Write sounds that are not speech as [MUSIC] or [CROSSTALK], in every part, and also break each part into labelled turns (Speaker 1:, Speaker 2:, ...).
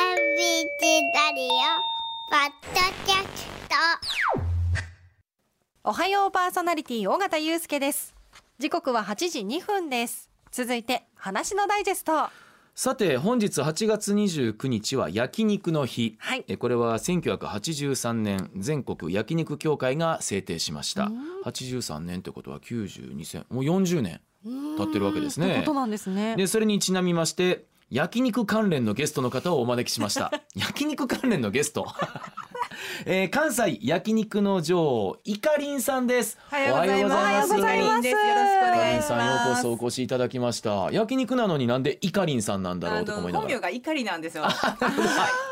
Speaker 1: チラリオポッドキャスト
Speaker 2: おはようパーソナリティ尾形祐介です時刻は8時2分です続いて話のダイジェスト
Speaker 3: さて本日8月29日は焼肉の日、
Speaker 2: はい
Speaker 3: えこれは1983年全国焼肉協会が制定しました83年ってことは92戦もう40年経ってるわけです
Speaker 2: って
Speaker 3: ね
Speaker 2: ことなんですね
Speaker 3: でそれにちなみまして焼肉関連のゲストの方をお招きしました焼肉関連のゲスト [LAUGHS] えー関西焼肉の女王いかりんさんです
Speaker 4: おはようございます。
Speaker 3: おはようございます
Speaker 4: よろしくお
Speaker 3: イカ
Speaker 4: 願
Speaker 3: リ
Speaker 4: い
Speaker 3: ン
Speaker 4: し
Speaker 3: さんよ
Speaker 4: ます。
Speaker 3: うこそお越しいただきました焼肉なのになんでイカリンさんなんだろうとか思
Speaker 4: あ
Speaker 3: い
Speaker 4: の
Speaker 3: な
Speaker 4: 本
Speaker 3: がら
Speaker 4: 名が怒りなんですよ。は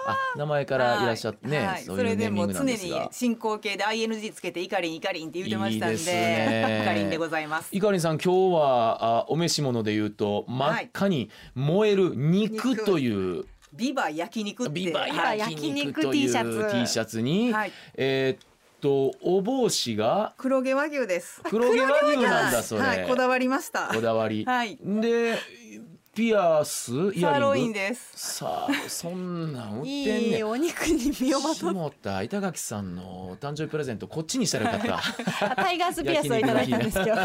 Speaker 3: あ名前
Speaker 4: い
Speaker 3: からいらっしゃってね、
Speaker 4: はい
Speaker 3: そ
Speaker 4: そう
Speaker 3: いう
Speaker 4: れ
Speaker 3: ネ
Speaker 4: で
Speaker 3: ーミ
Speaker 4: も
Speaker 3: ン
Speaker 4: う
Speaker 3: グな
Speaker 4: 常
Speaker 3: んです
Speaker 4: に
Speaker 3: が
Speaker 4: 進行形で ing つけて怒りん怒りんって言ってましたん
Speaker 3: い
Speaker 4: で、
Speaker 3: いですね
Speaker 4: 怒りんでございます。
Speaker 3: いかりんさん今日はあお召し物で言うと真っ赤に燃える肉という、
Speaker 4: ビバ焼肉って。
Speaker 3: ビバ
Speaker 4: はい
Speaker 3: 焼肉という T シ
Speaker 2: 焼肉 T シャツ
Speaker 3: ャツに、
Speaker 4: はい
Speaker 3: えーっとお帽子が
Speaker 4: 黒毛和牛です。
Speaker 3: 黒毛和牛なんだそれ、
Speaker 4: はい、こだわりました。
Speaker 3: こだわり、
Speaker 4: はい
Speaker 3: でピアスイ
Speaker 4: サ
Speaker 3: ヤ
Speaker 4: ーロ
Speaker 3: リ
Speaker 4: イ
Speaker 3: ン
Speaker 4: ン
Speaker 3: グ
Speaker 4: です。
Speaker 3: さあそんなん売ってんねん
Speaker 2: いいお肉に身をまとっ
Speaker 3: 下田板垣さんのお誕生日プレゼントこっちにしたらよかった
Speaker 2: たタイガースピアスをいただいたんですけど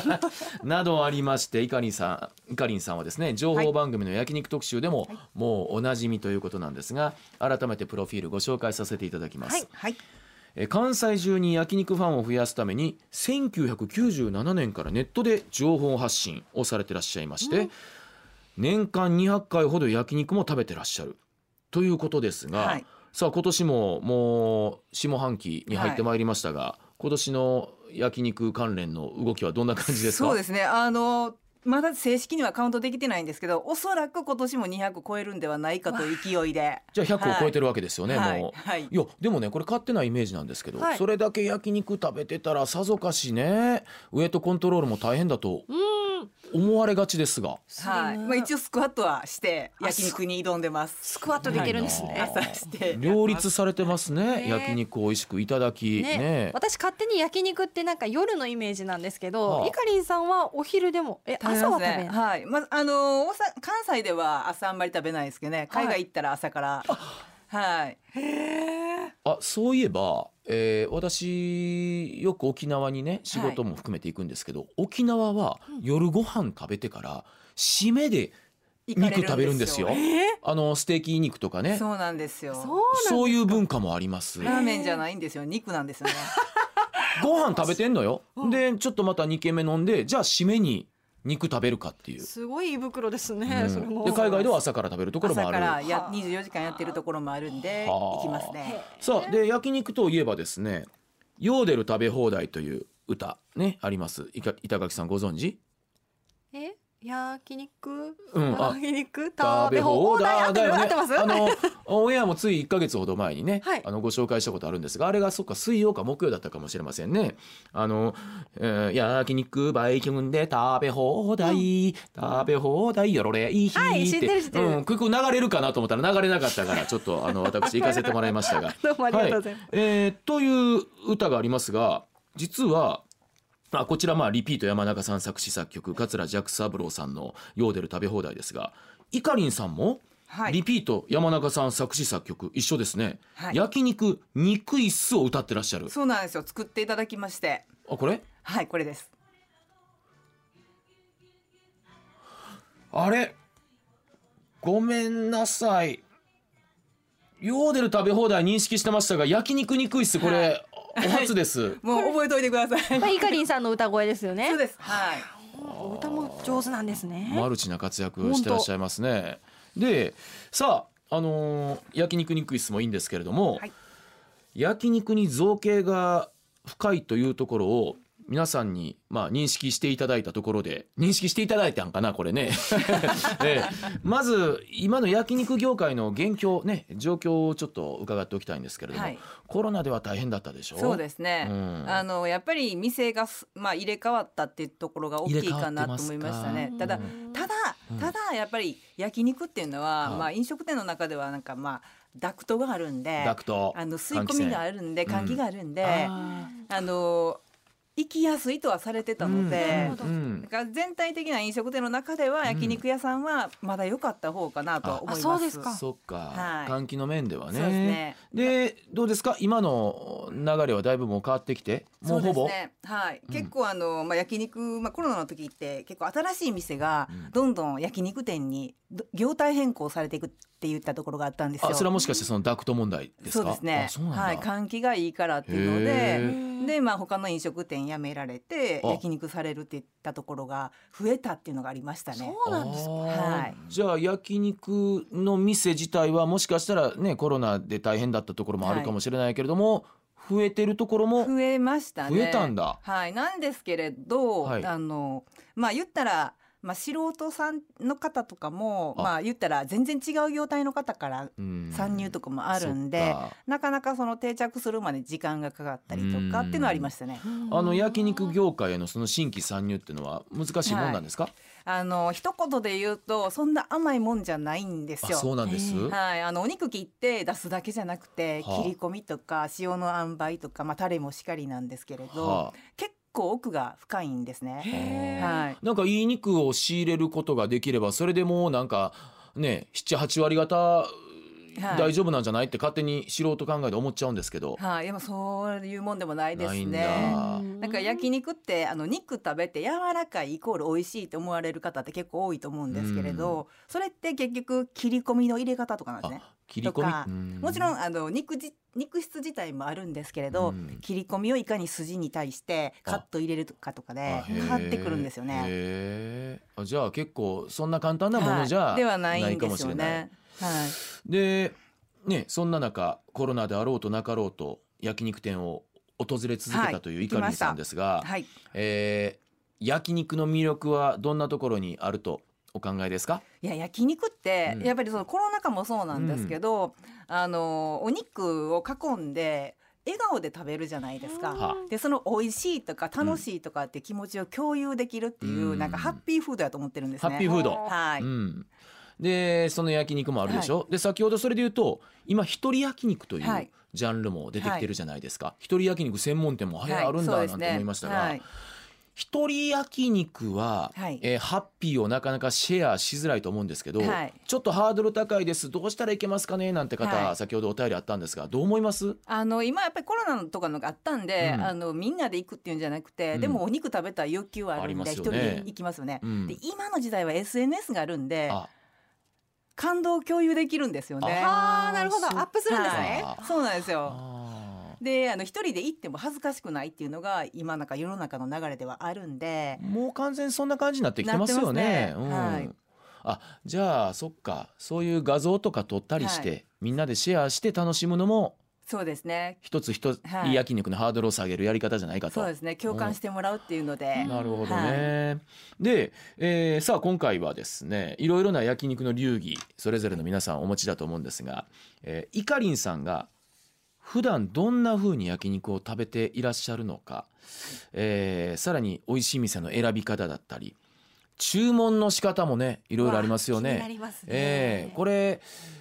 Speaker 3: などありましていかりんさんいかりんさんはですね情報番組の焼肉特集でも、もうおなじみということなんですが改めてプロフィールご紹介させていただきます、
Speaker 2: はい
Speaker 4: はい。
Speaker 3: えー関西中に焼肉ファンを増やすために1997年からネットで情報発信をされてらっしゃいまして、年間200回ほど焼肉も食べてらっしゃるということですが、
Speaker 4: はい
Speaker 3: さあ今年ももう下半期に入ってまいりましたが、今年の焼肉関連の動きはどんな感じですか
Speaker 4: そうですね。あの。まだ正式にはカウントできてないんですけど、おそらく今年も200超えるんではないかという勢いで。
Speaker 3: じゃあ100を超えてるわけですよね、
Speaker 4: はい
Speaker 3: もう。
Speaker 4: はい
Speaker 3: いやでもねこれ勝手なイメージなんですけど、
Speaker 2: はい
Speaker 3: それだけ焼肉食べてたらさぞかしねウエイトコントロールも大変だと思われがちですが
Speaker 4: はい、まあ一応スクワットはして焼肉に挑んでます。
Speaker 2: スクワットできるんですね
Speaker 3: はい
Speaker 4: 朝して
Speaker 3: 両立されてますね
Speaker 2: ね
Speaker 3: 焼肉を美味しくいただきね
Speaker 2: ね私勝手に焼肉ってなんか夜のイメージなんですけど、
Speaker 3: はあ
Speaker 2: いかりんさんはお昼でもえ
Speaker 4: 食べます
Speaker 2: 朝は食べ
Speaker 4: ね。
Speaker 2: ない
Speaker 4: はい、まああのー大阪関西では朝あんまり食べないですけどね。海外行ったら朝から。はい。
Speaker 3: あそういえば、えー私よく沖縄にね仕事も含めて行くんですけど、沖縄は夜ご飯食べてから締めで
Speaker 4: 行かれ
Speaker 3: 肉食べるんですよ。あのステーキ肉とかねそう
Speaker 4: そうなんですよ。
Speaker 2: そうなん
Speaker 3: いう文化もあります。
Speaker 4: ラーメンじゃないんですよ。肉なん [LAUGHS] ですね。
Speaker 3: ご飯食べてんのよ。でちょっとまた2軒目飲んでじゃあ締めに肉食べるかっていう。
Speaker 2: すごい胃袋ですね、
Speaker 3: うん
Speaker 2: それも
Speaker 3: で海外では朝から食べるところ
Speaker 4: 朝
Speaker 3: もあ
Speaker 4: か
Speaker 3: る。
Speaker 4: らや24時間やってるところもあるんで
Speaker 3: はあ
Speaker 4: 行きますね。
Speaker 3: さあで焼肉といえばですね「ヨーデル食べ放題」という歌ねありますいか板垣さんご存知
Speaker 2: え焼肉、
Speaker 3: うんあ
Speaker 2: 焼肉食べ放題合ってる合ってます、
Speaker 3: あのオンエアもつい1か月ほど前にね、
Speaker 2: はい
Speaker 3: あのご紹介したことあるんですがあれがそっか水曜か木曜だったかもしれませんねあの、えー、焼肉バイキングで食べ放題、食べ放題よろれいい日って、
Speaker 2: はい知ってる知ってる
Speaker 3: うん、ここ流れるかなと思ったら流れなかったからちょっとあの私行かせてもらいましたが
Speaker 2: どうもありがとうございます
Speaker 3: はえーという歌がありますが実はあこちらまあリピート山中さん作詞作曲桂ジャック三郎さんの「ヨーデル食べ放題」ですがいかりんさんも
Speaker 4: はい
Speaker 3: リピート山中さん作詞作曲一緒ですね、
Speaker 4: はい
Speaker 3: 焼肉肉いっすを歌ってらっしゃる
Speaker 4: そうなんですよ。作っていただきまして。
Speaker 3: あこれ
Speaker 4: はい、これです。
Speaker 3: あれごめんなさいヨーデル食べ放題認識してましたが焼肉肉いっすこれ、お初
Speaker 4: [LAUGHS]
Speaker 3: です
Speaker 4: もう覚えておいてください。
Speaker 2: まあ、イカリンさんの歌声ですよね
Speaker 4: そうです。はい。
Speaker 2: 歌も上手なんですね
Speaker 3: マルチな活躍をしてらっしゃいますね。でさあ、あのー焼肉肉質もいいんですけれども、
Speaker 4: はい
Speaker 3: 焼肉に造形が深いというところを皆さんに、まあ、認識していただいたところで認識していただいたんかなこれね。 [LAUGHS] ええまず今の焼肉業界の現況ね状況をちょっと伺っておきたいんですけれども、
Speaker 4: はい
Speaker 3: コロナでは大変だったでしょ
Speaker 4: そうですね、
Speaker 3: うん
Speaker 4: あのやっぱり店がす、まあ、入れ替わったっていうところが大きいかなと思いましたね
Speaker 2: 入れ替わってますか
Speaker 4: ただ
Speaker 2: うん
Speaker 4: ただただやっぱり焼肉っていうのは、
Speaker 3: はい
Speaker 4: まあ、飲食店の中ではなんかまあダクトがあるんで
Speaker 3: ダクト
Speaker 4: あの吸い込みがあ
Speaker 3: る
Speaker 4: るんで
Speaker 3: 換気扇
Speaker 4: 換気があるんで、
Speaker 3: あ
Speaker 4: あの行きやすいとはされてたので、
Speaker 2: ど
Speaker 3: うん
Speaker 4: だから全体的な飲食店の中では焼肉屋さんはまだ良かった方かなとは思います。
Speaker 2: あそうですか
Speaker 3: そっか
Speaker 4: は、い
Speaker 3: 換気の面では
Speaker 4: そうです
Speaker 3: ね。
Speaker 4: ね。
Speaker 3: でどうですか今の流れはだいぶもう変わってきてもうほ
Speaker 4: そう
Speaker 3: ぼ
Speaker 4: ですね、はい、
Speaker 3: ん
Speaker 4: 結構あの、まあ、焼肉、まあ、コロナの時って結構新しい店が
Speaker 3: うん
Speaker 4: どんどん焼肉店にど業態変更されていくって言ったところがあったんですよ。
Speaker 3: あそれはもしかしてそのダクト問題ですか
Speaker 4: そうですね
Speaker 3: あそうなんだ、
Speaker 4: はい、換気がいいからっていうの
Speaker 3: へ
Speaker 4: で
Speaker 3: ー
Speaker 4: で、まあ、他の飲食店辞められて
Speaker 3: あ
Speaker 4: 焼肉されるって言ったところが増えたっていうのがありましたね。
Speaker 2: そうなんですか
Speaker 3: あー
Speaker 4: はい
Speaker 3: じゃあ焼肉の店自体はもしかしたらねコロナで大変だったところもあるかもしれないけれども、増えてるところも
Speaker 4: 増えましたね。
Speaker 3: 増えたんだ
Speaker 4: はい、なんですけれど、
Speaker 3: はい
Speaker 4: あのまあ言ったら。まあ、素人さんの方とかも
Speaker 3: あ
Speaker 4: まあ言ったら全然違う業態の方から
Speaker 3: うん
Speaker 4: 参入とかもあるんで、
Speaker 3: そっか
Speaker 4: なかなかその定着するまで時間がかかったりとかっていうのはありましたね。
Speaker 3: あの焼肉業界へのその新規参入っていうのは難しいもんなんですか、
Speaker 4: あの一言で言うとそんな甘いもんじゃないんです
Speaker 3: あそう
Speaker 4: よ。
Speaker 3: なんです、
Speaker 4: はい、あのお肉切って出すだけじゃなくて、
Speaker 3: はあ
Speaker 4: 切り込みとか塩の塩梅とか、まあ、タレもしかりなんですけれど、
Speaker 3: はあ
Speaker 4: 結構奥が深いんですね。
Speaker 2: へー
Speaker 4: はい、
Speaker 3: なんかいい肉を仕入れることができればそれでもうなんかね78割方
Speaker 4: はい
Speaker 3: 大丈夫なんじゃないって勝手に素人考えで思っちゃうんですけど、
Speaker 4: はい、でもそういうもんでもないです
Speaker 3: ないん
Speaker 4: ね。
Speaker 3: だ。
Speaker 4: なんか焼肉ってあの肉食べて柔らかいイコール美味しいと思われる方って結構多いと思うんですけれど、それって結局切り込みの入れ方とかなんですね。
Speaker 3: あ切り込み
Speaker 4: とか
Speaker 3: うん
Speaker 4: もちろんあの肉じ肉質自体もあるんですけれど、
Speaker 3: うん
Speaker 4: 切り込みをいかに筋に対してカット入れるかとかで
Speaker 3: あへー
Speaker 4: 変わってくるんですよね。
Speaker 3: へーあじゃあ結構そんな簡単なものじ
Speaker 4: は
Speaker 3: ゃ
Speaker 4: いではない
Speaker 3: ない
Speaker 4: ん
Speaker 3: か
Speaker 4: で
Speaker 3: もし
Speaker 4: す
Speaker 3: れ
Speaker 4: よ
Speaker 3: ない。
Speaker 4: ね。はい、
Speaker 3: でねそんな中コロナであろうとなかろうと焼肉店を訪れ続け
Speaker 4: は
Speaker 3: た
Speaker 4: い
Speaker 3: というイカリンさんですが、
Speaker 4: はい、
Speaker 3: えー焼肉の魅力はどんなところにあるとお考えですか、
Speaker 4: いや焼肉って、
Speaker 3: うん
Speaker 4: やっぱりそのコロナ禍もそうなんですけど、あのお肉を囲んで笑顔で食べるじゃないですか。
Speaker 3: は
Speaker 4: でその美味しいとか楽しいとかって気持ちを共有できるっていう、
Speaker 3: うん
Speaker 4: なんかハッピーフードやと思ってるんです
Speaker 3: ハ
Speaker 4: ね。
Speaker 3: ッピーフード、
Speaker 4: はい、
Speaker 3: うん、でその焼肉もあるでしょ、で先ほどそれで言うと今一人焼肉とい
Speaker 4: は
Speaker 3: う
Speaker 4: い
Speaker 3: ジャンルも出てきてるじゃないですか、一人焼肉専門店もはやあるんだ
Speaker 4: はい
Speaker 3: な
Speaker 4: そ
Speaker 3: ん
Speaker 4: う
Speaker 3: て
Speaker 4: ですね
Speaker 3: 思いましたが、
Speaker 4: はい
Speaker 3: 一人焼肉は、
Speaker 4: はい
Speaker 3: えーハッピーをなかなかシェアしづらいと思うんですけど、
Speaker 4: はい
Speaker 3: ちょっとハードル高いですどうしたらいけますかねなんて方、
Speaker 4: はい
Speaker 3: 先ほどお便りあったんですがどう思います
Speaker 4: あの今やっぱりコロナとかのがあったんで、
Speaker 3: うん
Speaker 4: あのみんなで行くっていうんじゃなくて、
Speaker 3: うん
Speaker 4: でもお肉食べたい欲求はあるん
Speaker 3: ありま
Speaker 4: です一
Speaker 3: よ
Speaker 4: 人
Speaker 3: ね
Speaker 4: で行きますよね。
Speaker 3: うん
Speaker 4: で今の時代は SNS があるんで
Speaker 3: あ
Speaker 4: 感動を共有できるんですよね。
Speaker 2: あーなるほど
Speaker 3: そっか
Speaker 2: アップするんですね、
Speaker 3: あー
Speaker 4: そうなんですよ。
Speaker 3: あ
Speaker 4: であの一人で行っても恥ずかしくないっていうのが今なんか世の中の流れではあるんで
Speaker 3: ー、もう完全にそんな感じになってきてますよ
Speaker 4: な
Speaker 3: ね
Speaker 4: って
Speaker 3: う
Speaker 4: ます
Speaker 3: ん
Speaker 4: ねはい
Speaker 3: あじゃあそっかそういう画像とか撮ったりして、
Speaker 4: は
Speaker 3: みんなでシェアして楽しむのも
Speaker 4: そうですね
Speaker 3: 一つ一つ
Speaker 4: はい
Speaker 3: いい焼肉のハードルを下げるやり方じゃないかと。
Speaker 4: そうですね共感してもらうっていうので、
Speaker 3: なるほどね。で、えーさあ今回はですね、いろいろな焼肉の流儀それぞれの皆さんお持ちだと思うんですが、えー、イカリンさんが普段どんな風に焼肉を食べていらっしゃるのか、えーさらに美味しい店の選び方だったり、注文の仕方もね、いろいろありますよ
Speaker 2: 気にな
Speaker 3: ね。
Speaker 2: りますね
Speaker 3: えーこれ、えー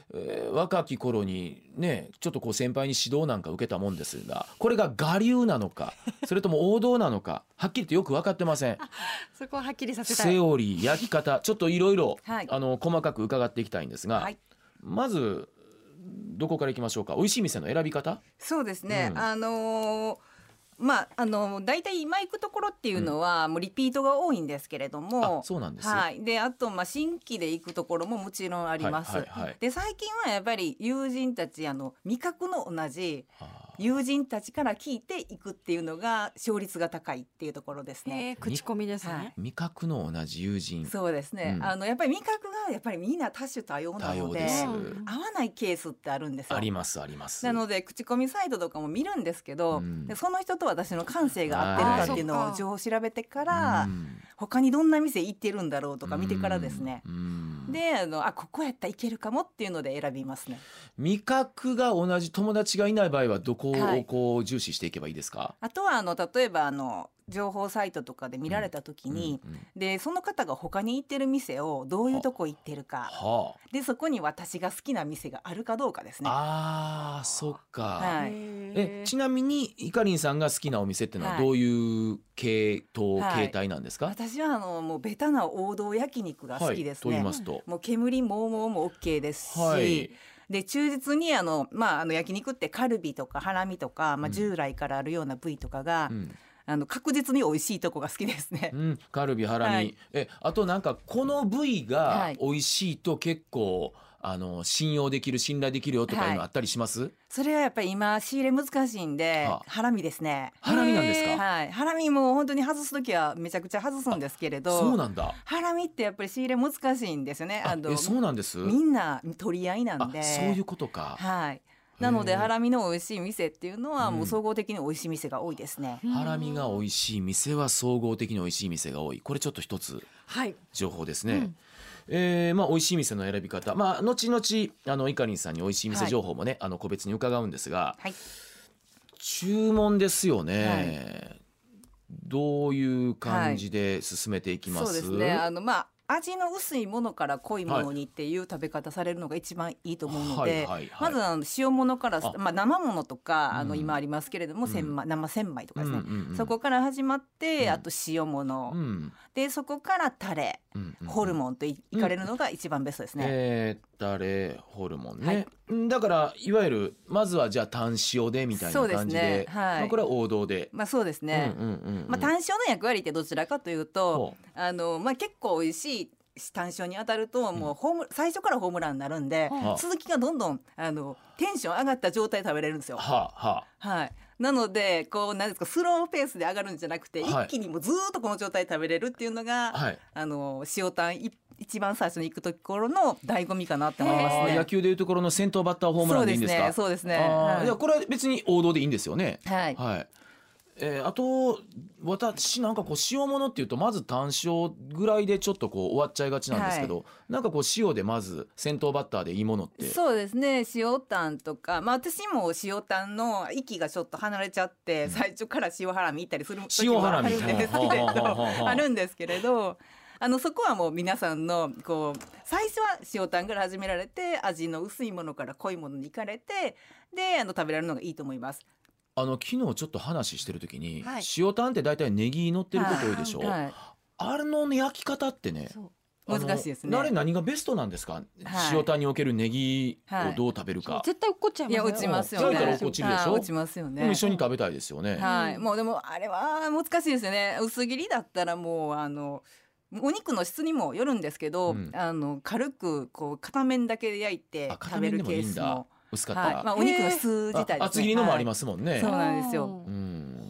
Speaker 3: 若き頃にねちょっとこう先輩に指導なんか受けたもんですがこれが我流なの
Speaker 4: [LAUGHS]
Speaker 3: かそれとも王道なのかはっきりとよく分かってません。
Speaker 2: そこははっきりさせたい
Speaker 3: セオリー焼き方ちょっといろいろ
Speaker 4: はい
Speaker 3: あの細かく伺っていきたいんですが、
Speaker 4: はい
Speaker 3: まずどこからいきましょうか美味しい店の選び方
Speaker 4: そうですね、
Speaker 3: うん
Speaker 4: あのーまああのー大体今行くところっていうのは、もうリピートが多いんですけれど
Speaker 3: あ
Speaker 4: も
Speaker 3: そうなんです、
Speaker 4: はい、であとまあ新規で行くところももちろんあります。
Speaker 3: はいはいはい
Speaker 4: で最近はやっぱり友人たちあの味覚の同じ
Speaker 3: あ
Speaker 4: 友人たちから聞いていくっていうのが勝率が高いっていうところです
Speaker 2: え
Speaker 4: ね。
Speaker 2: ー口コミですね、
Speaker 4: はい
Speaker 3: 味覚の同じ友人
Speaker 4: そうですね、
Speaker 3: うん
Speaker 4: あのやっぱり味覚がやっぱりみんな多種多様な
Speaker 3: 多
Speaker 4: の
Speaker 3: 様
Speaker 4: で
Speaker 3: です、
Speaker 2: うん
Speaker 4: 合わないケースってあるんですよ。
Speaker 3: ありますあります
Speaker 4: なので口コミサイトとかも見るんですけど、
Speaker 3: うん
Speaker 4: でその人と私の感性が合ってるかってい
Speaker 2: あ
Speaker 4: う
Speaker 2: ー
Speaker 4: の
Speaker 2: そっ
Speaker 4: を
Speaker 2: か
Speaker 4: 情報を調べてか
Speaker 3: う
Speaker 4: ら、
Speaker 3: ん
Speaker 4: 他にどんな店行ってるんだろうとか見てからですね。
Speaker 3: うんうん
Speaker 4: であのあここやったらいけるかもっていうので選びますね。
Speaker 3: 味覚が同じ友達がいない場合はどこ
Speaker 4: は
Speaker 3: を
Speaker 4: い
Speaker 3: こう重視していけばいいですか、
Speaker 4: あとはあの例えばあの情報サイトとかで見られた時に、
Speaker 3: うんうん
Speaker 4: でその方が他に行ってる店をどういうとこ行ってるか
Speaker 3: は
Speaker 4: でそこに私が好きな店があるかどうかですね。
Speaker 3: ああーそっか、
Speaker 4: はい
Speaker 3: えちなみにいかりんさんが好きなお店ってのはどういう系統、
Speaker 4: はい
Speaker 3: 形態なんですか、
Speaker 4: 私はあのもうベタな王道焼肉が好きで
Speaker 3: はい、
Speaker 4: す
Speaker 3: と言
Speaker 4: ね。
Speaker 3: いますと、
Speaker 4: もう煙ももも OK ですし、
Speaker 3: はい
Speaker 4: で忠実にあの、まあ、あの焼肉ってカルビとかハラミとか、
Speaker 3: う
Speaker 4: まあ、
Speaker 3: ん
Speaker 4: 従来からあるような部位とかが、
Speaker 3: うん
Speaker 4: あの確実に美味しいとこが好きですね。
Speaker 3: うん、カルビハラミ、
Speaker 4: はい
Speaker 3: えあとなんかこの部位
Speaker 4: は
Speaker 3: が
Speaker 4: い
Speaker 3: 美味しいと結構あの信用できる信頼できるよとかいうのあったりします、
Speaker 4: それはやっぱり今仕入れ難しいんで、
Speaker 3: はあ
Speaker 4: ハラミですね。
Speaker 3: ハラミなんですか
Speaker 4: はい、ハラミも本当に外す時はめちゃくちゃ外すんですけれど
Speaker 3: そうなんだ
Speaker 4: ハラミってやっぱり仕入れ難しいんですよね
Speaker 3: あえそうなんです
Speaker 4: みんな取り合いな
Speaker 3: あ
Speaker 4: んで
Speaker 3: そういうことか
Speaker 4: はいなので
Speaker 3: へー
Speaker 4: ハラミの美味しい店っていうのは
Speaker 3: うん
Speaker 4: もう総合的に美味しい店が多いですね、
Speaker 3: ハラミが美味しい店は総合的に美味しい店が多いこれちょっと一つ
Speaker 2: はい
Speaker 3: 情報ですね、えーまあ、美味しい店の選び方、まあ、後々あのいかりんさんに美味しい店情報もね、あの個別に伺うんですが
Speaker 4: はい
Speaker 3: 注文ですよね、どういう感じで進めていきます、
Speaker 4: そうですねあのまあ味の薄いものから濃いものにっていう食べ方されるのが一番いいと思うの
Speaker 3: は
Speaker 4: で、
Speaker 3: いはいはい
Speaker 4: まずあの塩物から
Speaker 3: あ
Speaker 4: まあ、生ものとかあの
Speaker 3: うん
Speaker 4: 今ありますけれども、千枚生千枚とかですね、
Speaker 3: うんうんうん
Speaker 4: そこから始まって、
Speaker 3: うん
Speaker 4: あと塩物、
Speaker 3: うん
Speaker 4: でそこからタレ
Speaker 3: うんうん、
Speaker 4: ホルモンとい,、
Speaker 3: うん
Speaker 4: かれるのが一番ベストですね。
Speaker 3: えー、タレホルモンね、うんだからいわゆるまずはじゃあ単塩でみたいな感じで
Speaker 4: そうですねはい
Speaker 3: まあ、これは王道で、
Speaker 4: まあそうですね、
Speaker 3: うんうんうんうん
Speaker 4: まあ、単勝の役割ってどちらかというと
Speaker 3: ほう
Speaker 4: あの、まあ、結構美味しい単勝に当たるともうホーム、最初からホームランになるんで、
Speaker 3: はあ
Speaker 4: 続きがどんどんあのテンション上がった状態で食べれるんですよ。
Speaker 3: はあ、はあ
Speaker 4: はいなのでこうなんですかスローペースで上がるんじゃなくて、
Speaker 3: はい
Speaker 4: 一気にもうずーっとこの状態で食べれるっていうのが、
Speaker 3: はい
Speaker 4: あの塩タンい一番最初に行くところの醍醐味かなって思います
Speaker 3: あー
Speaker 4: ね
Speaker 3: 野。球でいうところの先頭バッターホームランでいいんですか
Speaker 4: そうですね。
Speaker 3: あー
Speaker 4: そう
Speaker 3: い
Speaker 4: です
Speaker 3: や
Speaker 4: ね。
Speaker 3: これは別に王道でいいんですよね。
Speaker 4: はい。はい。
Speaker 3: えーあと私なんかこう塩物っていうとまず単塩ぐらいでちょっとこう終わっちゃいがちなんですけど、なんかこう塩でまず先頭バッターでいいものって
Speaker 4: そうですね。塩タンとか、まあ私も塩タンの息がちょっと離れちゃって、最初から塩ハラミ行ったりする時
Speaker 3: 塩
Speaker 4: も
Speaker 3: ハラ
Speaker 4: ある
Speaker 3: ミ
Speaker 4: んですけ
Speaker 3: ほう
Speaker 4: れ
Speaker 3: ほうほうほうほう
Speaker 4: [LAUGHS] ど、あるんですけれど。あのそこはもう皆さんのこう最初は塩タンから始められて味の薄いものから濃いものに行かれてであの食べられるのがいいと思います。
Speaker 3: あの昨日ちょっと話してる時に、
Speaker 2: はい
Speaker 3: 塩タンって大体ネギ乗ってること多いでしょ、
Speaker 4: はい、
Speaker 3: あれの、ね、焼き方ってね
Speaker 2: そう
Speaker 3: あの
Speaker 4: 難しいですね
Speaker 3: あれ何がベストなんですか、塩タンにおけるネギをどう食べるか、
Speaker 2: そう絶対落っこっちゃい
Speaker 4: い
Speaker 2: ます
Speaker 4: や
Speaker 2: よ
Speaker 3: 開
Speaker 4: 落ちますよね。
Speaker 3: いたら落っこちるでしょ
Speaker 4: はい落ちますよ
Speaker 3: でも
Speaker 4: ね
Speaker 3: 一。緒に食べたいですよね、
Speaker 4: はい、
Speaker 2: うん
Speaker 4: もうでもあれは難しいですよね薄切りだったらもうあのお肉の質にもよるんですけど、
Speaker 3: うん
Speaker 4: あの軽くこう片面だけで焼いて
Speaker 3: あ片
Speaker 4: 食べ
Speaker 3: 面
Speaker 4: る
Speaker 3: でも
Speaker 4: ケ
Speaker 3: いい
Speaker 4: ー
Speaker 3: ん
Speaker 4: スも
Speaker 3: だ薄かったら、
Speaker 4: はいまあ、お肉の質自体です、ね、
Speaker 3: あ厚切りのもあり
Speaker 4: す、
Speaker 3: ますもんね、
Speaker 4: そうなんですよ
Speaker 3: う
Speaker 2: あ
Speaker 3: ん
Speaker 2: ー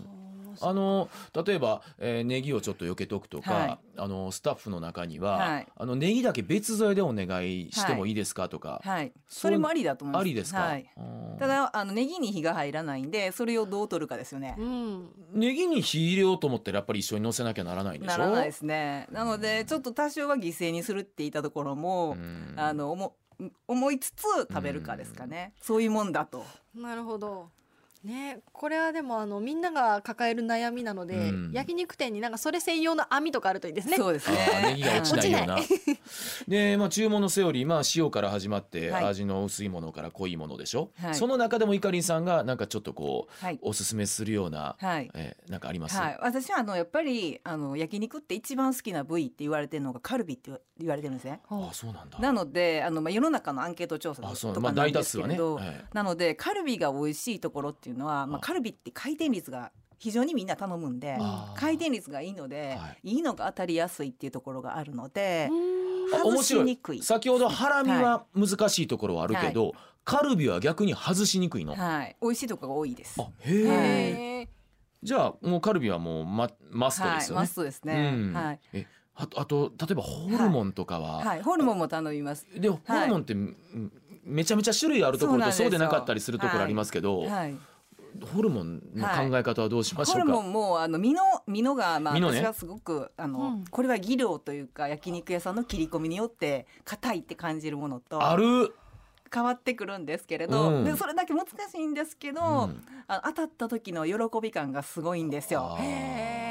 Speaker 3: あの例えば、えー、ネギをちょっと避けとくとか、
Speaker 4: はい
Speaker 3: あのスタッフの中には、
Speaker 4: はい
Speaker 3: あのネギだけ別添えでお願いしてもいいですかとか、
Speaker 4: は
Speaker 3: そ
Speaker 4: い、
Speaker 3: う
Speaker 4: それもありだと思います
Speaker 3: ありですか、
Speaker 4: はい、
Speaker 3: うん
Speaker 4: ただあのネギに火が入らないんでそれをどう取るかですよね、
Speaker 2: うん
Speaker 3: ネギに火入れようと思ったらやっぱり一緒に乗せなきゃならないんでし
Speaker 4: な
Speaker 3: ょ
Speaker 4: らないですねなのでちょっと多少は犠牲にするって言ったところも、
Speaker 3: うん
Speaker 4: あの思思いつつ食べるかですかね、そういうもんだと
Speaker 2: なるほどねこれはでもあのみんなが抱える悩みなので、
Speaker 3: うん
Speaker 2: 焼肉店になんかそれ専用の網とかあるといいですね
Speaker 4: そうですね
Speaker 3: あーネギが落ちない
Speaker 4: [LAUGHS]
Speaker 3: ような。 [LAUGHS] で、まあ、注文のセオリー、まあ、塩から始まって、
Speaker 4: はい
Speaker 3: 味の薄いものから濃いものでしょ、
Speaker 4: はい
Speaker 3: その中でもいかりんさんがなんかちょっとこう、
Speaker 4: はい
Speaker 3: おすすめするような、
Speaker 4: はい
Speaker 3: えーなんかあります、
Speaker 4: はい、私はあのやっぱりあの焼肉って一番好きな部位って言われてるのがカルビって言われてるんですね。
Speaker 3: あそうなんだ
Speaker 4: なのであの、まあ、世の中のアンケート調査
Speaker 3: あ
Speaker 4: と
Speaker 3: そう
Speaker 4: か
Speaker 3: まあ、
Speaker 4: なん
Speaker 3: 大
Speaker 4: で
Speaker 3: 多
Speaker 4: す
Speaker 3: 数
Speaker 4: け
Speaker 3: は
Speaker 4: れ
Speaker 3: ね、
Speaker 4: ど、
Speaker 3: え
Speaker 4: なのでカルビが美味しいところっていうのは、ま
Speaker 3: あ
Speaker 4: あ、カルビって回転率が非常にみんな頼むんで
Speaker 3: あー
Speaker 4: 回転率がいいので、、
Speaker 3: はい
Speaker 4: いのが当たりやすいっていうところがあるので
Speaker 2: うん
Speaker 3: あ面
Speaker 4: 外し
Speaker 3: 白
Speaker 4: にくい。
Speaker 3: 先ほどハラミは難しいところはあるけど、カルビは逆に外しにくいの、
Speaker 4: はい、美味しいところが多いです。
Speaker 3: あへえ、
Speaker 2: へー
Speaker 3: じゃあもうカルビはもうママストで
Speaker 4: は
Speaker 3: す
Speaker 4: い、
Speaker 3: よ
Speaker 4: マ
Speaker 3: ね
Speaker 4: ス、トですね。
Speaker 3: うん
Speaker 4: はい、
Speaker 3: えあとあと例えばホルモンとかは、
Speaker 4: はい、ホルモンも頼みます。
Speaker 3: でホルモンって、うんめちゃめちゃ種類あるところと
Speaker 4: そ
Speaker 3: そうう
Speaker 4: なんです
Speaker 3: で
Speaker 4: よ
Speaker 3: なかったりするところありますけど、
Speaker 4: はい。
Speaker 3: ホルモンの考え方はどうしまし
Speaker 4: ホ
Speaker 3: ょ
Speaker 4: ル
Speaker 3: うか、
Speaker 4: モンもあのミノミノがまあ
Speaker 3: ミノね
Speaker 4: 私はすごくあの、
Speaker 2: うん
Speaker 4: これは技量というか焼肉屋さんの切り込みによって硬いって感じるものと
Speaker 3: ある
Speaker 4: 変わってくるんですけれど、
Speaker 3: うん
Speaker 4: でそれだけ難しいんですけど、
Speaker 3: うん
Speaker 4: あの当たった時の喜び感がすごいんですよ。
Speaker 3: あー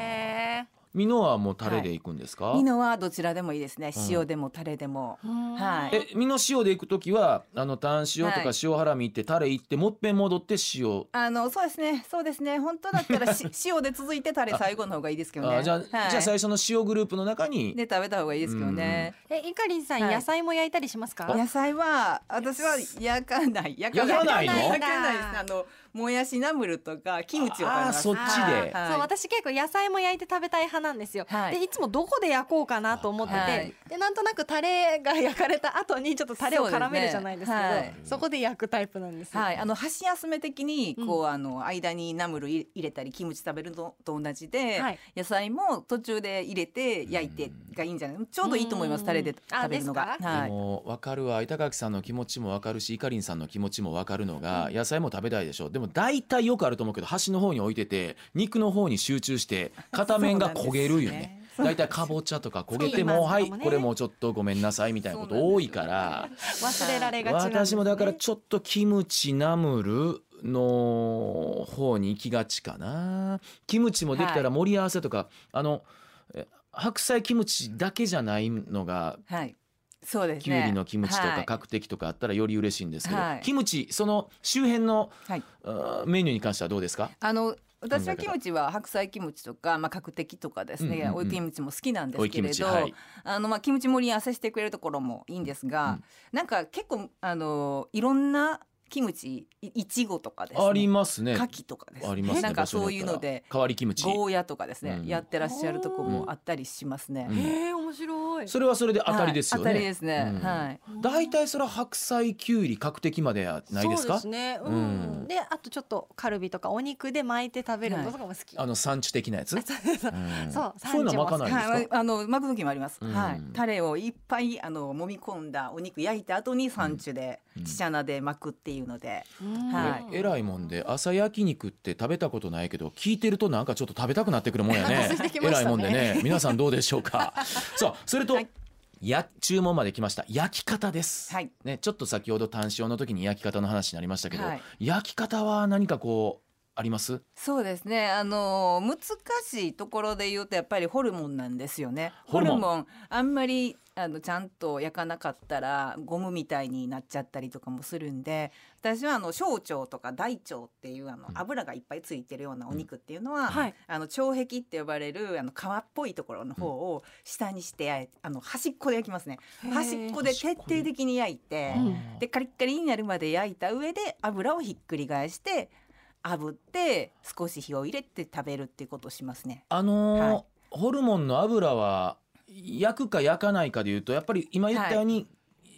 Speaker 3: ミノはもうタレでいくんですか、
Speaker 4: ミノはどちらでもいいですね
Speaker 3: うん。
Speaker 4: 塩でもタレでも。はい
Speaker 3: えミノ塩でいくときはあのタン塩と
Speaker 4: は
Speaker 3: か
Speaker 4: い
Speaker 3: 塩ハラミ行ってタレ行ってもっぺん戻って塩
Speaker 4: あのそうですね、そうですね。本当だったら
Speaker 3: [LAUGHS]
Speaker 4: し塩で続いてタレ最後の方がいいですけどね。
Speaker 3: あじゃあ、
Speaker 4: はい
Speaker 3: じゃあ最初の塩グループの中に
Speaker 4: で食べた方がいいですけどね。
Speaker 2: え、いかりんさん、
Speaker 4: はい
Speaker 2: 野菜も焼いたりしますか。
Speaker 4: 野菜は私は焼かない焼かない
Speaker 3: 焼かないの
Speaker 4: 焼かないですあのもやしナムルとかキムチを食べ
Speaker 3: あ
Speaker 4: ま
Speaker 3: ー
Speaker 4: す
Speaker 3: そっちで、
Speaker 4: はい
Speaker 2: そう私結構野菜も焼いて食べたい派なんですよ、
Speaker 4: はい
Speaker 2: でいつもどこで焼こうかなと思ってて、
Speaker 4: はい
Speaker 2: でなんとなくタレが焼かれた後にちょっとタレを絡めるじゃないですけどそ
Speaker 4: そうですね
Speaker 2: こで焼くタイプなんですよ、
Speaker 4: はい、あの箸休め的に
Speaker 2: うん
Speaker 4: こう、あの間にナムルい入れたりキムチ食べるのと同じで、
Speaker 2: はい
Speaker 4: 野菜も途中で入れて焼いてがいいんじゃないちょうどいいと思いま
Speaker 2: う
Speaker 4: す
Speaker 2: ん
Speaker 4: タレで食べるの
Speaker 2: あ
Speaker 4: が
Speaker 2: です
Speaker 3: あ
Speaker 4: はい
Speaker 3: の分かるわ板垣さんの気持ちも分かるしいかりんさんの気持ちも分かるのが、野菜も食べたいでしょでも大体よくあると思うけど端の方に置いてて肉の方に集中して片面が焦げるよね
Speaker 4: そう
Speaker 3: 大体かぼちゃとか焦げて
Speaker 2: そう
Speaker 3: も
Speaker 2: 今
Speaker 3: はい
Speaker 2: とかもね
Speaker 3: これもうちょっとごめんなさいみたいなこと多いから、
Speaker 2: 忘れられがちなんです、
Speaker 3: 私もだからちょっとキムチナムルの方に行きがちかなキムチもできたら盛り合わせとか、あのえ白菜キムチだけじゃないのが
Speaker 4: はいそうです
Speaker 3: きゅう
Speaker 4: ね
Speaker 3: りのキムチと
Speaker 4: は
Speaker 3: か
Speaker 4: い
Speaker 3: 角的とかあったらより嬉しいんですけど、
Speaker 4: はい
Speaker 3: キムチその周辺の、
Speaker 4: はい
Speaker 3: あーメニューに関してはどうですか
Speaker 4: あの私
Speaker 3: 考え方
Speaker 4: はキムチは白菜キムチとか、まあ、角的とかですね、
Speaker 3: うんうんうん
Speaker 4: おいキムチも好きなんで
Speaker 3: お
Speaker 4: す
Speaker 3: いキ
Speaker 4: け
Speaker 3: ム
Speaker 4: れ
Speaker 3: チ
Speaker 4: ど、
Speaker 3: はい
Speaker 4: あのまあ、キムチ盛り合わせしてくれるところもいいんです
Speaker 3: う
Speaker 4: が、
Speaker 3: ん
Speaker 4: なんか結構あのいろんなキムチいいちごとかですね
Speaker 3: ありますね
Speaker 4: 牡蠣とかですね
Speaker 3: ありますね
Speaker 4: なんか
Speaker 3: 場所に
Speaker 4: そう
Speaker 3: よ
Speaker 4: い
Speaker 3: っ
Speaker 4: う
Speaker 3: たら
Speaker 4: ので
Speaker 3: 変わりキムチ
Speaker 4: ゴーヤとかですね、
Speaker 3: うん
Speaker 4: やってらっしゃるとこもあったりしますね、
Speaker 3: う
Speaker 4: はい
Speaker 2: へえ面白い
Speaker 3: それはそれで当たりですよね、
Speaker 4: 当たりですね、
Speaker 3: うん
Speaker 4: はい
Speaker 3: 大体それは白菜きゅうり角的まではないです
Speaker 2: そうで
Speaker 3: か
Speaker 2: すね、うん
Speaker 3: うん
Speaker 2: であとちょっとカルビとかお肉で巻いて食べるのとかも好き、
Speaker 3: あの産地的なやつ。うん
Speaker 2: そう
Speaker 3: そういうのは巻かないんですか。
Speaker 4: はい、あの巻く時もあります、
Speaker 3: うん
Speaker 4: はいタレをいっぱいあの揉み込んだお肉焼いた後にサンチュで、
Speaker 3: うん
Speaker 4: ちちゃなで巻くっていうので、
Speaker 2: うん
Speaker 4: は
Speaker 3: えらいもんで朝焼肉って食べたことないけど聞いてるとなんかちょっと食べたくなってくるもんや
Speaker 2: お腹
Speaker 3: ね
Speaker 4: [LAUGHS]
Speaker 2: 空いてき
Speaker 3: え
Speaker 2: ましたね
Speaker 3: らいもんでね皆さんどうでしょうかさあそれと、
Speaker 4: はい
Speaker 3: や注文まで来ました焼き方です、
Speaker 4: はい
Speaker 3: ね、ちょっと先ほど単塩の時に焼き方の話になりましたけど、
Speaker 4: はい
Speaker 3: 焼き方は何かこうあります
Speaker 4: そうですねあの難しいところで言うとやっぱりホルモンなんですよね
Speaker 3: ホルモン
Speaker 4: あんまりあのちゃんと焼かなかったらゴムみたいになっちゃったりとかもするんで私はあの小腸とか大腸っていうあの
Speaker 3: うん
Speaker 4: 油がいっぱいついてるようなお肉っていうのは、
Speaker 2: はい
Speaker 4: あの腸壁って呼ばれるあの皮っぽいところの方を下にして焼いあの端っこで焼きますね
Speaker 2: へー
Speaker 4: 端っこで徹底的に焼いて。
Speaker 2: うん
Speaker 4: でカリッカリになるまで焼いた上で油をひっくり返して炙って少し火を入れて食べるっていうことをしますね。
Speaker 3: あのー
Speaker 4: はい
Speaker 3: ホルモンの油は焼くか焼かないかでいうとやっぱり今言ったように、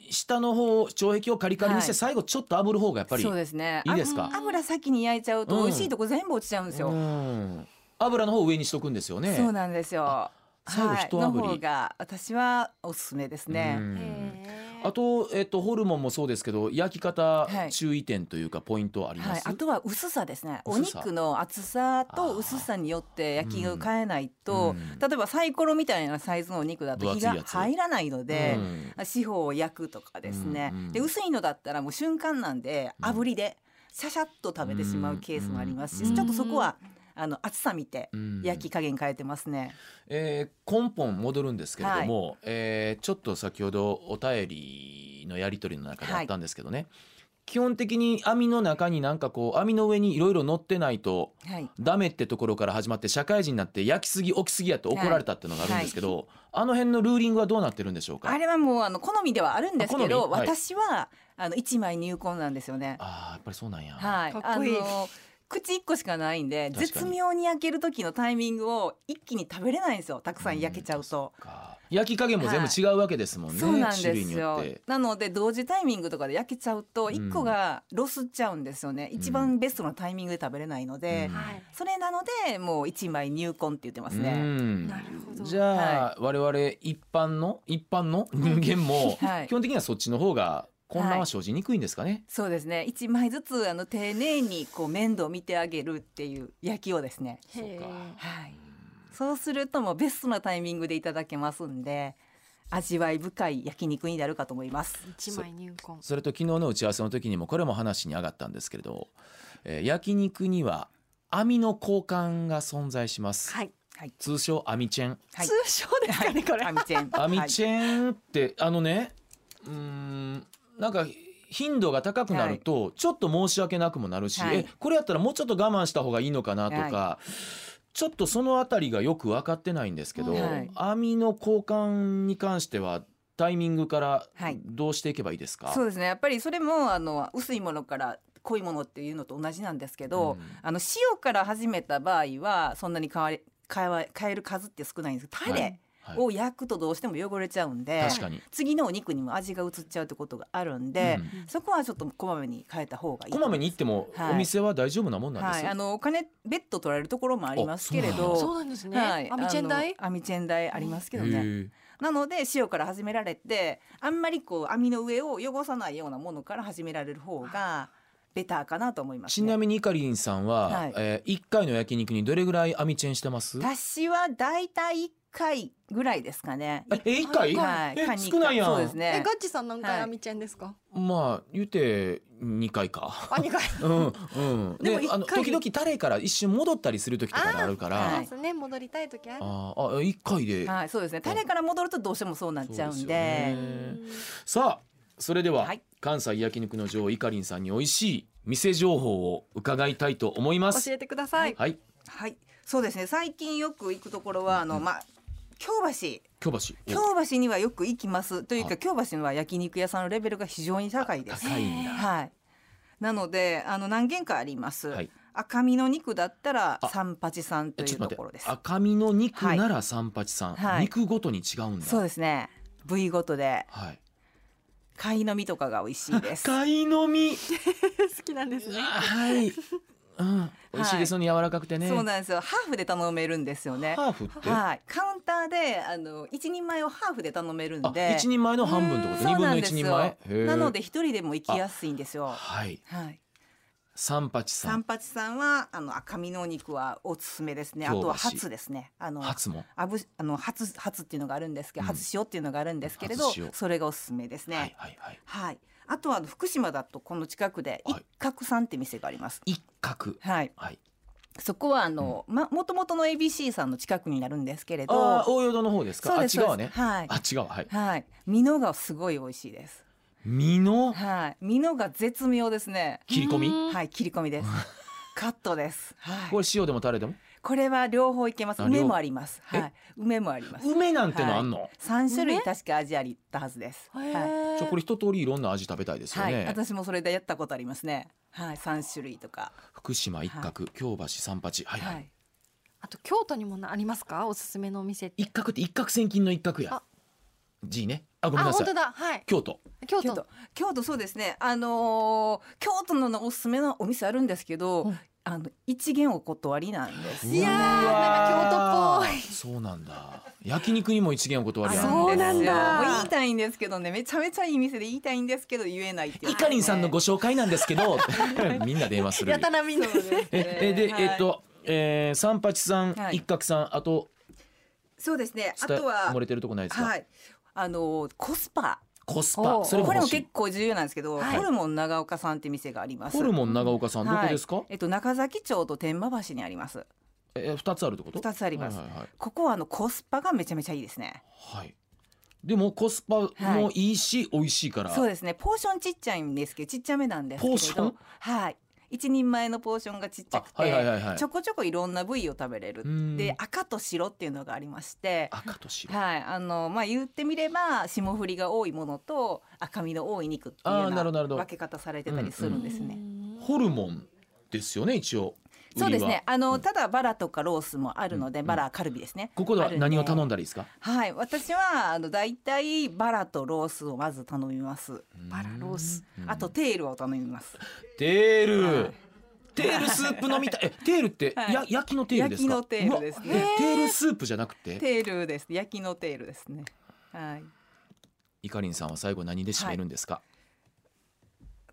Speaker 3: 下の方腸壁をカリカリにして
Speaker 4: はい
Speaker 3: 最後ちょっと炙る方がやっぱり、
Speaker 4: そうですね。
Speaker 3: いいですか
Speaker 4: あ油先に焼いちゃう
Speaker 3: うん
Speaker 4: と美味しいとこ全部落ちちゃうんですよ。
Speaker 3: うん油の方を上にしとくんですよね。
Speaker 4: そうなんですよ。
Speaker 3: 最後一炙り
Speaker 4: はい、の方が私はおすすめです
Speaker 3: う
Speaker 4: ね。
Speaker 3: ん
Speaker 2: へー
Speaker 3: あと、えっと、ホルモンもそうですけど焼き方
Speaker 4: はい
Speaker 3: 注意点というかポイントありま
Speaker 4: はい、
Speaker 3: す、
Speaker 4: あとは薄さですねお
Speaker 3: 薄さ
Speaker 4: 肉の厚さと薄さによって焼きを変えないと、
Speaker 3: うん
Speaker 4: 例えばサイコロみたいなサイズのお肉だ
Speaker 3: 分厚
Speaker 4: と
Speaker 3: い
Speaker 4: 火が
Speaker 3: やつ
Speaker 4: 入らないので、
Speaker 3: うん
Speaker 4: 四方を焼くとかですね、
Speaker 3: うんうん
Speaker 4: で薄いのだったらもう瞬間なんで
Speaker 3: うん
Speaker 4: 炙りでシャシャッと食べてしまうケースもありますし、
Speaker 3: うん
Speaker 4: ちょっとそこはあの厚さ見て
Speaker 3: うん
Speaker 4: 焼き加減変えてますね。
Speaker 3: えー根本戻るんですけれども、えーちょっと先ほどお便りのやり取りの中であったんですけどね、基本的に網の中になんかこう網の上にいろいろ乗ってないと
Speaker 4: はい、
Speaker 3: ダメってところから始まって社会人になって焼きすぎ置きすぎやって怒られたっていうのがあるんですけど、あの辺のルーリングはどうなってるんでしょうか
Speaker 4: あれはもうあの好みではあるんですけ
Speaker 3: あ好
Speaker 4: ど、
Speaker 3: みはい
Speaker 4: 私はあの一枚入魂なんですよね。
Speaker 3: あーやっぱりそうなんや、
Speaker 4: はい、
Speaker 2: かっこいい
Speaker 4: あの口一個しかないんで
Speaker 3: 確かに
Speaker 4: 絶妙に焼ける時のタイミングを一気に食べれないんですよたくさん焼けちゃうと。
Speaker 3: か焼き加減も全部違うわけですもんね、
Speaker 4: そうなん
Speaker 3: 種
Speaker 4: で
Speaker 3: 類
Speaker 4: す
Speaker 3: によっ
Speaker 4: よ
Speaker 3: て。
Speaker 4: なので同時タイミングとかで焼けちゃうと
Speaker 3: ん
Speaker 4: 一個がロスっちゃうんですよね、一番ベストのタイミングで食べれないので、
Speaker 3: うん
Speaker 2: はい
Speaker 4: それなのでもう一枚入魂って言ってますね。
Speaker 3: ん
Speaker 2: なるほど
Speaker 3: じゃあ、我々一般の一般の人間も、
Speaker 4: [LAUGHS] はい
Speaker 3: 基本的にはそっちの方が混乱は生じにくいんですかね。
Speaker 4: そうですね一枚ずつあの丁寧にこう面倒見てあげるっていう焼きをですね、
Speaker 2: へー
Speaker 4: はい、そうするともうベストなタイミングでいただけますんで味わい深い焼肉になるかと思います。
Speaker 2: 一枚入魂
Speaker 3: それと昨日の打ち合わせの時にもこれも話に上がったんですけれど、えー焼肉には網の交換が存在します。
Speaker 2: はい
Speaker 4: はい
Speaker 3: 通称アミチェン
Speaker 4: はい
Speaker 2: 通称ですかねこれ、
Speaker 4: アミチェン
Speaker 3: アミチェンって、あのねうーんなんか頻度が高くなるとちょっと申し訳なくもなるし、
Speaker 4: はい
Speaker 3: えこれやったらもうちょっと我慢した方がいいのかなとか、ちょっとそのあたりがよく分かってないんですけど、
Speaker 4: はい
Speaker 3: 網の交換に関してはタイミングから
Speaker 4: はい
Speaker 3: どうしていけばいいですか、
Speaker 4: そうですねやっぱりそれもあの薄いものから濃いものっていうのと同じなんですけど、
Speaker 3: うん
Speaker 4: あの塩から始めた場合はそんなに変わり変わ変える数って少ないんですけどタレ
Speaker 3: はい
Speaker 4: を焼くとどうしても汚れちゃうんで、
Speaker 3: 確かに、
Speaker 4: 次のお肉にも味が移っちゃうってことがあるんで、
Speaker 3: うん
Speaker 4: そこはちょっとこまめに変えた方がいい
Speaker 3: こまめに行っても
Speaker 4: はい
Speaker 3: お店は大丈夫なもんなんで
Speaker 4: は
Speaker 3: す、
Speaker 4: い、あのお金別途取られるところもありますけれ
Speaker 3: あ
Speaker 4: ど
Speaker 2: うなんです
Speaker 4: はい、
Speaker 2: アミチェン代
Speaker 4: あのアミチェン代ありますけどね
Speaker 3: へえ
Speaker 4: なので塩から始められてあんまりこう網の上を汚さないようなものから始められる方がベターかなと思います、
Speaker 3: ち
Speaker 4: ね、
Speaker 3: なみにイカリンさんは、
Speaker 4: はい
Speaker 3: えー、1回の焼肉にどれぐらい網チェンしてます
Speaker 4: 私はだいたい1回ぐらいですかね
Speaker 3: ええ一回、
Speaker 4: はい
Speaker 3: え
Speaker 4: カニ
Speaker 3: 少ないやん
Speaker 4: そうです
Speaker 2: え
Speaker 4: ね
Speaker 2: ガッチさん何回
Speaker 4: はい
Speaker 2: アミチェンですか、
Speaker 3: まあ言うて2回
Speaker 4: [LAUGHS]
Speaker 3: か
Speaker 2: あ二回
Speaker 3: うんうん
Speaker 2: でも
Speaker 3: であの
Speaker 2: 一回
Speaker 3: 時々タレから一瞬戻ったりする時とかがあるから
Speaker 4: あー
Speaker 2: そうです
Speaker 4: はい
Speaker 2: ね戻りたい時ある
Speaker 3: あーあ1回で、
Speaker 4: はい、そうですねタレから戻るとどうしてもそうなっちゃうん
Speaker 3: そうですよ
Speaker 4: で
Speaker 3: ね
Speaker 2: うん
Speaker 3: さあそれでは、
Speaker 4: はい
Speaker 3: 関西焼肉の女王イカリンさんに美味しい店情報を伺いたいと思います
Speaker 2: 教えてください、
Speaker 3: はい
Speaker 4: はいそうですね最近よく行くところはあの、まあ京橋
Speaker 3: 京橋
Speaker 4: 京橋にはよく行きますという
Speaker 3: は
Speaker 4: か京橋は焼肉屋さんのレベルが非常に高いです。
Speaker 3: 高いんだ
Speaker 4: はい、なのであの何軒かあります、
Speaker 3: はい
Speaker 4: 赤身の肉だったら
Speaker 3: あ
Speaker 4: 三八さんと
Speaker 3: え
Speaker 4: い
Speaker 3: ちょ
Speaker 4: う
Speaker 3: っと
Speaker 4: と
Speaker 3: 待っ
Speaker 4: ころ
Speaker 3: て
Speaker 4: です
Speaker 3: 赤身の肉なら三八さん、
Speaker 4: はい
Speaker 3: 肉ごとに違うんだ
Speaker 4: そうですね部位ごとで
Speaker 3: はい
Speaker 4: 貝の身とかが美味しいです
Speaker 3: 貝の身
Speaker 2: 好きなんですね
Speaker 3: はい、うん、美味しいですよね柔らかくてね
Speaker 4: そうなんですよハーフで頼めるんですよね
Speaker 3: ハーフって、
Speaker 4: はいカウンターであの一人前をハーフで頼めるん
Speaker 3: あ
Speaker 4: で
Speaker 3: 一人前の半分ってこと
Speaker 4: そ
Speaker 3: 二
Speaker 4: う
Speaker 3: 分の
Speaker 4: なんで
Speaker 3: 一
Speaker 4: す
Speaker 3: 人
Speaker 4: よ
Speaker 3: 前へえ
Speaker 4: なので一人でも行きやすいんですよ
Speaker 3: はい
Speaker 4: はい
Speaker 3: 三八さ
Speaker 4: 三
Speaker 3: ん
Speaker 4: 八さんはあの赤身のお肉はおすすめですね。あ
Speaker 3: 京橋
Speaker 4: とはハツですね。あの
Speaker 3: 初も
Speaker 4: あぶあのハツハツっていうのがあるんですけ
Speaker 3: う
Speaker 4: ど、
Speaker 3: ん
Speaker 4: ハツ塩っていうのがあるんですけれど
Speaker 3: ハツ塩、
Speaker 4: それがおすすめですね。
Speaker 3: は
Speaker 4: はいい。
Speaker 3: はいはい
Speaker 4: あとはあの福島だとこの近くで
Speaker 3: はい
Speaker 4: 一角さんって店があります。
Speaker 3: 一角
Speaker 4: はい。
Speaker 3: はい
Speaker 4: そこはあの、ま元々の ABC さんの近くになるんですけれど、
Speaker 3: あー大淀の方ですか
Speaker 4: そう
Speaker 3: あ
Speaker 4: です
Speaker 3: 違うね
Speaker 4: そうですはい
Speaker 3: あ違うはい
Speaker 4: はい。ミノがすごい美味しいです。
Speaker 3: 身の
Speaker 4: はい。ミノが絶妙ですね。
Speaker 3: 切り込み
Speaker 2: うん
Speaker 4: はい。切り込みです。
Speaker 3: [LAUGHS]
Speaker 4: カットです。はい。
Speaker 3: これ塩でもタレでも
Speaker 4: これは両方いけます。
Speaker 3: あ両
Speaker 4: 梅もあります。
Speaker 3: え
Speaker 4: はい。梅もあります。
Speaker 3: 梅なんてのあんの
Speaker 4: 三種類
Speaker 2: 梅
Speaker 4: 確か味ありったはずです。
Speaker 2: へ
Speaker 4: は
Speaker 2: ー
Speaker 3: じゃあこれ一通りいろんな味食べたいです
Speaker 4: い。
Speaker 3: よ
Speaker 4: はい。
Speaker 3: ね
Speaker 4: 私もそれでやったことありますね。はい。三種類とか。
Speaker 3: 福島一角京橋三八はいは
Speaker 4: はいい。
Speaker 2: あと京都にもなありますかおすすめのお店って
Speaker 3: 一角って一角千金の一角や
Speaker 2: あ
Speaker 3: G ねあごめん
Speaker 2: あ
Speaker 3: なさ
Speaker 2: 本
Speaker 3: い
Speaker 2: 当だはい
Speaker 3: 京都
Speaker 2: 京
Speaker 4: 京
Speaker 2: 都
Speaker 4: 都。京都そうですね。あのー京都のおすすめのお店あるんですけど
Speaker 2: うん、
Speaker 4: あの一元お断りなんです。
Speaker 2: いやーなんか京都っぽ
Speaker 3: いそうなんだ焼肉にも一元お断りあるん
Speaker 2: そう
Speaker 3: だ
Speaker 2: なんだ
Speaker 4: もう言いたいんですけどね、めちゃめちゃいい店で言いたいんですけど言えないっていう、
Speaker 3: イカリンさんのご紹介なんですけど [LAUGHS] みんな電話する
Speaker 2: やたらみんな
Speaker 4: そうですね
Speaker 3: え [LAUGHS] えで、
Speaker 4: はい
Speaker 3: えっと、えー、三八さん、
Speaker 4: はい
Speaker 3: 一角さんあと
Speaker 4: そうですね。あ
Speaker 3: 下
Speaker 4: とは
Speaker 3: 漏れてるとこないですか、
Speaker 4: はい。あのーコスパ。
Speaker 3: コス
Speaker 2: お
Speaker 3: パ
Speaker 2: う
Speaker 3: それも
Speaker 4: これ
Speaker 3: 欲
Speaker 4: も
Speaker 3: しい
Speaker 4: 結構重要なんですけど、
Speaker 2: はい
Speaker 4: ホルモン長岡さんって店があります
Speaker 3: ホルモン長岡さん、どこ
Speaker 4: はい
Speaker 3: ですか
Speaker 4: えっと中崎町と天満橋にあります
Speaker 3: えー二つあるってこと
Speaker 4: 二つあります
Speaker 3: はいはいはい
Speaker 4: ここはあのコスパがめちゃめちゃいいですね
Speaker 3: はいでもコスパもいいし、美味しいから
Speaker 4: そうですねポーションちっちゃいんですけどちっちゃめなんですけれど
Speaker 3: ポーション
Speaker 4: はい一人前のポーションがちっちゃくて、
Speaker 3: あはいはいはいはい
Speaker 4: ちょこちょこいろんな部位を食べれる
Speaker 3: うん
Speaker 4: で赤と白っていうのがありまして
Speaker 3: 赤と白、
Speaker 4: はいあのまあ言ってみれば霜降りが多いものと赤身の多い肉っていうよ
Speaker 3: あー
Speaker 4: う
Speaker 3: なるほどなるほ
Speaker 4: な
Speaker 3: ど
Speaker 4: 分け方されてたりするんですね、
Speaker 2: うん
Speaker 3: ホルモンですよね一応
Speaker 4: そうですね。
Speaker 3: 売りは
Speaker 4: あの、ただバラとかロースもあるので、バラカルビですね。
Speaker 3: ここでは何を頼ん
Speaker 4: だ。
Speaker 3: だらいいですか
Speaker 4: はい、私はあのだいたいバラとロースをまず頼みます。
Speaker 2: バラロース
Speaker 4: あとテールを頼みます。
Speaker 3: テール、
Speaker 4: はい
Speaker 3: テールスープ飲みたいえテールって、
Speaker 4: はい
Speaker 3: や焼きのテールですか
Speaker 4: 焼きのテールですね
Speaker 3: うわえテールスープじゃなくて
Speaker 4: テールです。焼きのテールですね。はい。
Speaker 3: イカリンさんは最後何で締めるんですか、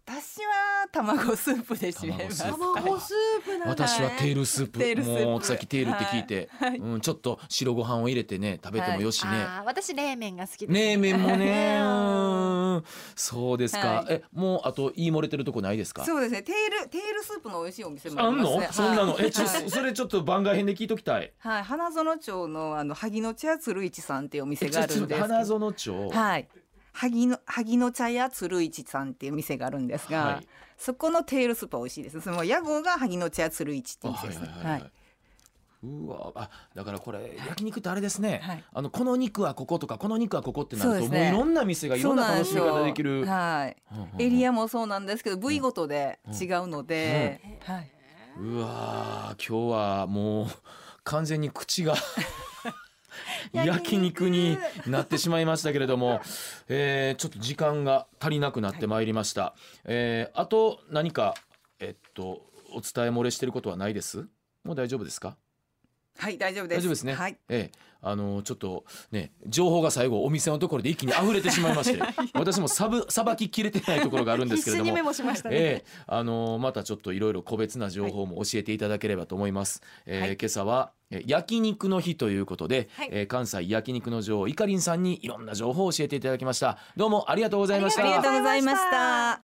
Speaker 4: 私は卵スープで締めます。
Speaker 3: 卵
Speaker 2: 卵スープなんだね
Speaker 3: 私はテールスープ
Speaker 4: テールスープ
Speaker 3: もうさっきテールって聞いて、うん、ちょっと白ご飯を入れてね食べてもよしね、
Speaker 4: [LAUGHS]
Speaker 2: あー私冷麺が好きです
Speaker 3: 冷麺もねうんうんんそうですか、
Speaker 4: はい
Speaker 3: えもうあと言い漏れてるとこないですか
Speaker 4: そうですねテールテールスープの美味しいお店もあ
Speaker 3: あん
Speaker 4: ります
Speaker 3: の、
Speaker 4: ね
Speaker 3: そんなのえちょ、
Speaker 4: はい
Speaker 3: それちょっと番外編で聞いときたい
Speaker 4: はい、花園町のあの萩野茶屋鶴一さんっていうお店
Speaker 3: えち
Speaker 4: が
Speaker 3: ょ
Speaker 4: あ
Speaker 3: っ
Speaker 4: るん
Speaker 3: と
Speaker 4: ですけど
Speaker 3: 花園町
Speaker 4: はい萩野萩野茶屋鶴一さんっていう店があるんですが、
Speaker 3: はい
Speaker 4: そこのテールスープは美味しいですその屋号が萩野茶屋鶴一って
Speaker 3: あ
Speaker 4: いう
Speaker 3: は
Speaker 4: 店
Speaker 3: い
Speaker 4: ですね
Speaker 3: はいはい
Speaker 4: は
Speaker 3: はい
Speaker 4: い、
Speaker 3: うわあだからこれ焼肉ってあれですね、
Speaker 4: はい
Speaker 3: あのこの肉はこことかこの肉はここってなる
Speaker 4: そう
Speaker 3: と
Speaker 4: です
Speaker 3: もう
Speaker 4: ね
Speaker 3: いろんな店がい
Speaker 4: そ
Speaker 3: ろ
Speaker 4: うん
Speaker 3: な
Speaker 4: なん
Speaker 3: 楽
Speaker 4: で
Speaker 3: し
Speaker 4: す
Speaker 3: み
Speaker 4: よ
Speaker 3: 方できる
Speaker 4: はい
Speaker 3: うんうんうん
Speaker 4: エリアもそうなんですけど部位ごとで違うので、はい、
Speaker 3: うわー今日はもう完全に口
Speaker 4: [LAUGHS]
Speaker 3: が焼肉になってしまいましたけれども、えーちょっと時間が足りなくなってまいりました、えーあと何かえっとお伝え漏れしてることはないですもう大丈夫ですか
Speaker 4: はい、大丈夫です
Speaker 3: 大丈夫ですね、
Speaker 4: はい、
Speaker 3: ええあのちょっとね情報が最後お店のところで一気に溢れてしまいまして私もさぶさばききれてないところがあるんですけ
Speaker 2: [LAUGHS] 必
Speaker 3: れ
Speaker 2: 死
Speaker 3: ど
Speaker 2: に
Speaker 3: も
Speaker 2: メモしましたね、
Speaker 3: ええあのーまたちょっといろいろ個別な情報も教えていただければと思います。えー
Speaker 4: はい
Speaker 3: 今朝はえー焼肉の日ということで、
Speaker 2: はい
Speaker 3: えー関西焼肉の女王いかりんさんにいろんな情報を教えていただきました。どうもありがとうございました。
Speaker 4: ありがとうございま
Speaker 2: ありがと
Speaker 4: し
Speaker 2: うございました
Speaker 4: た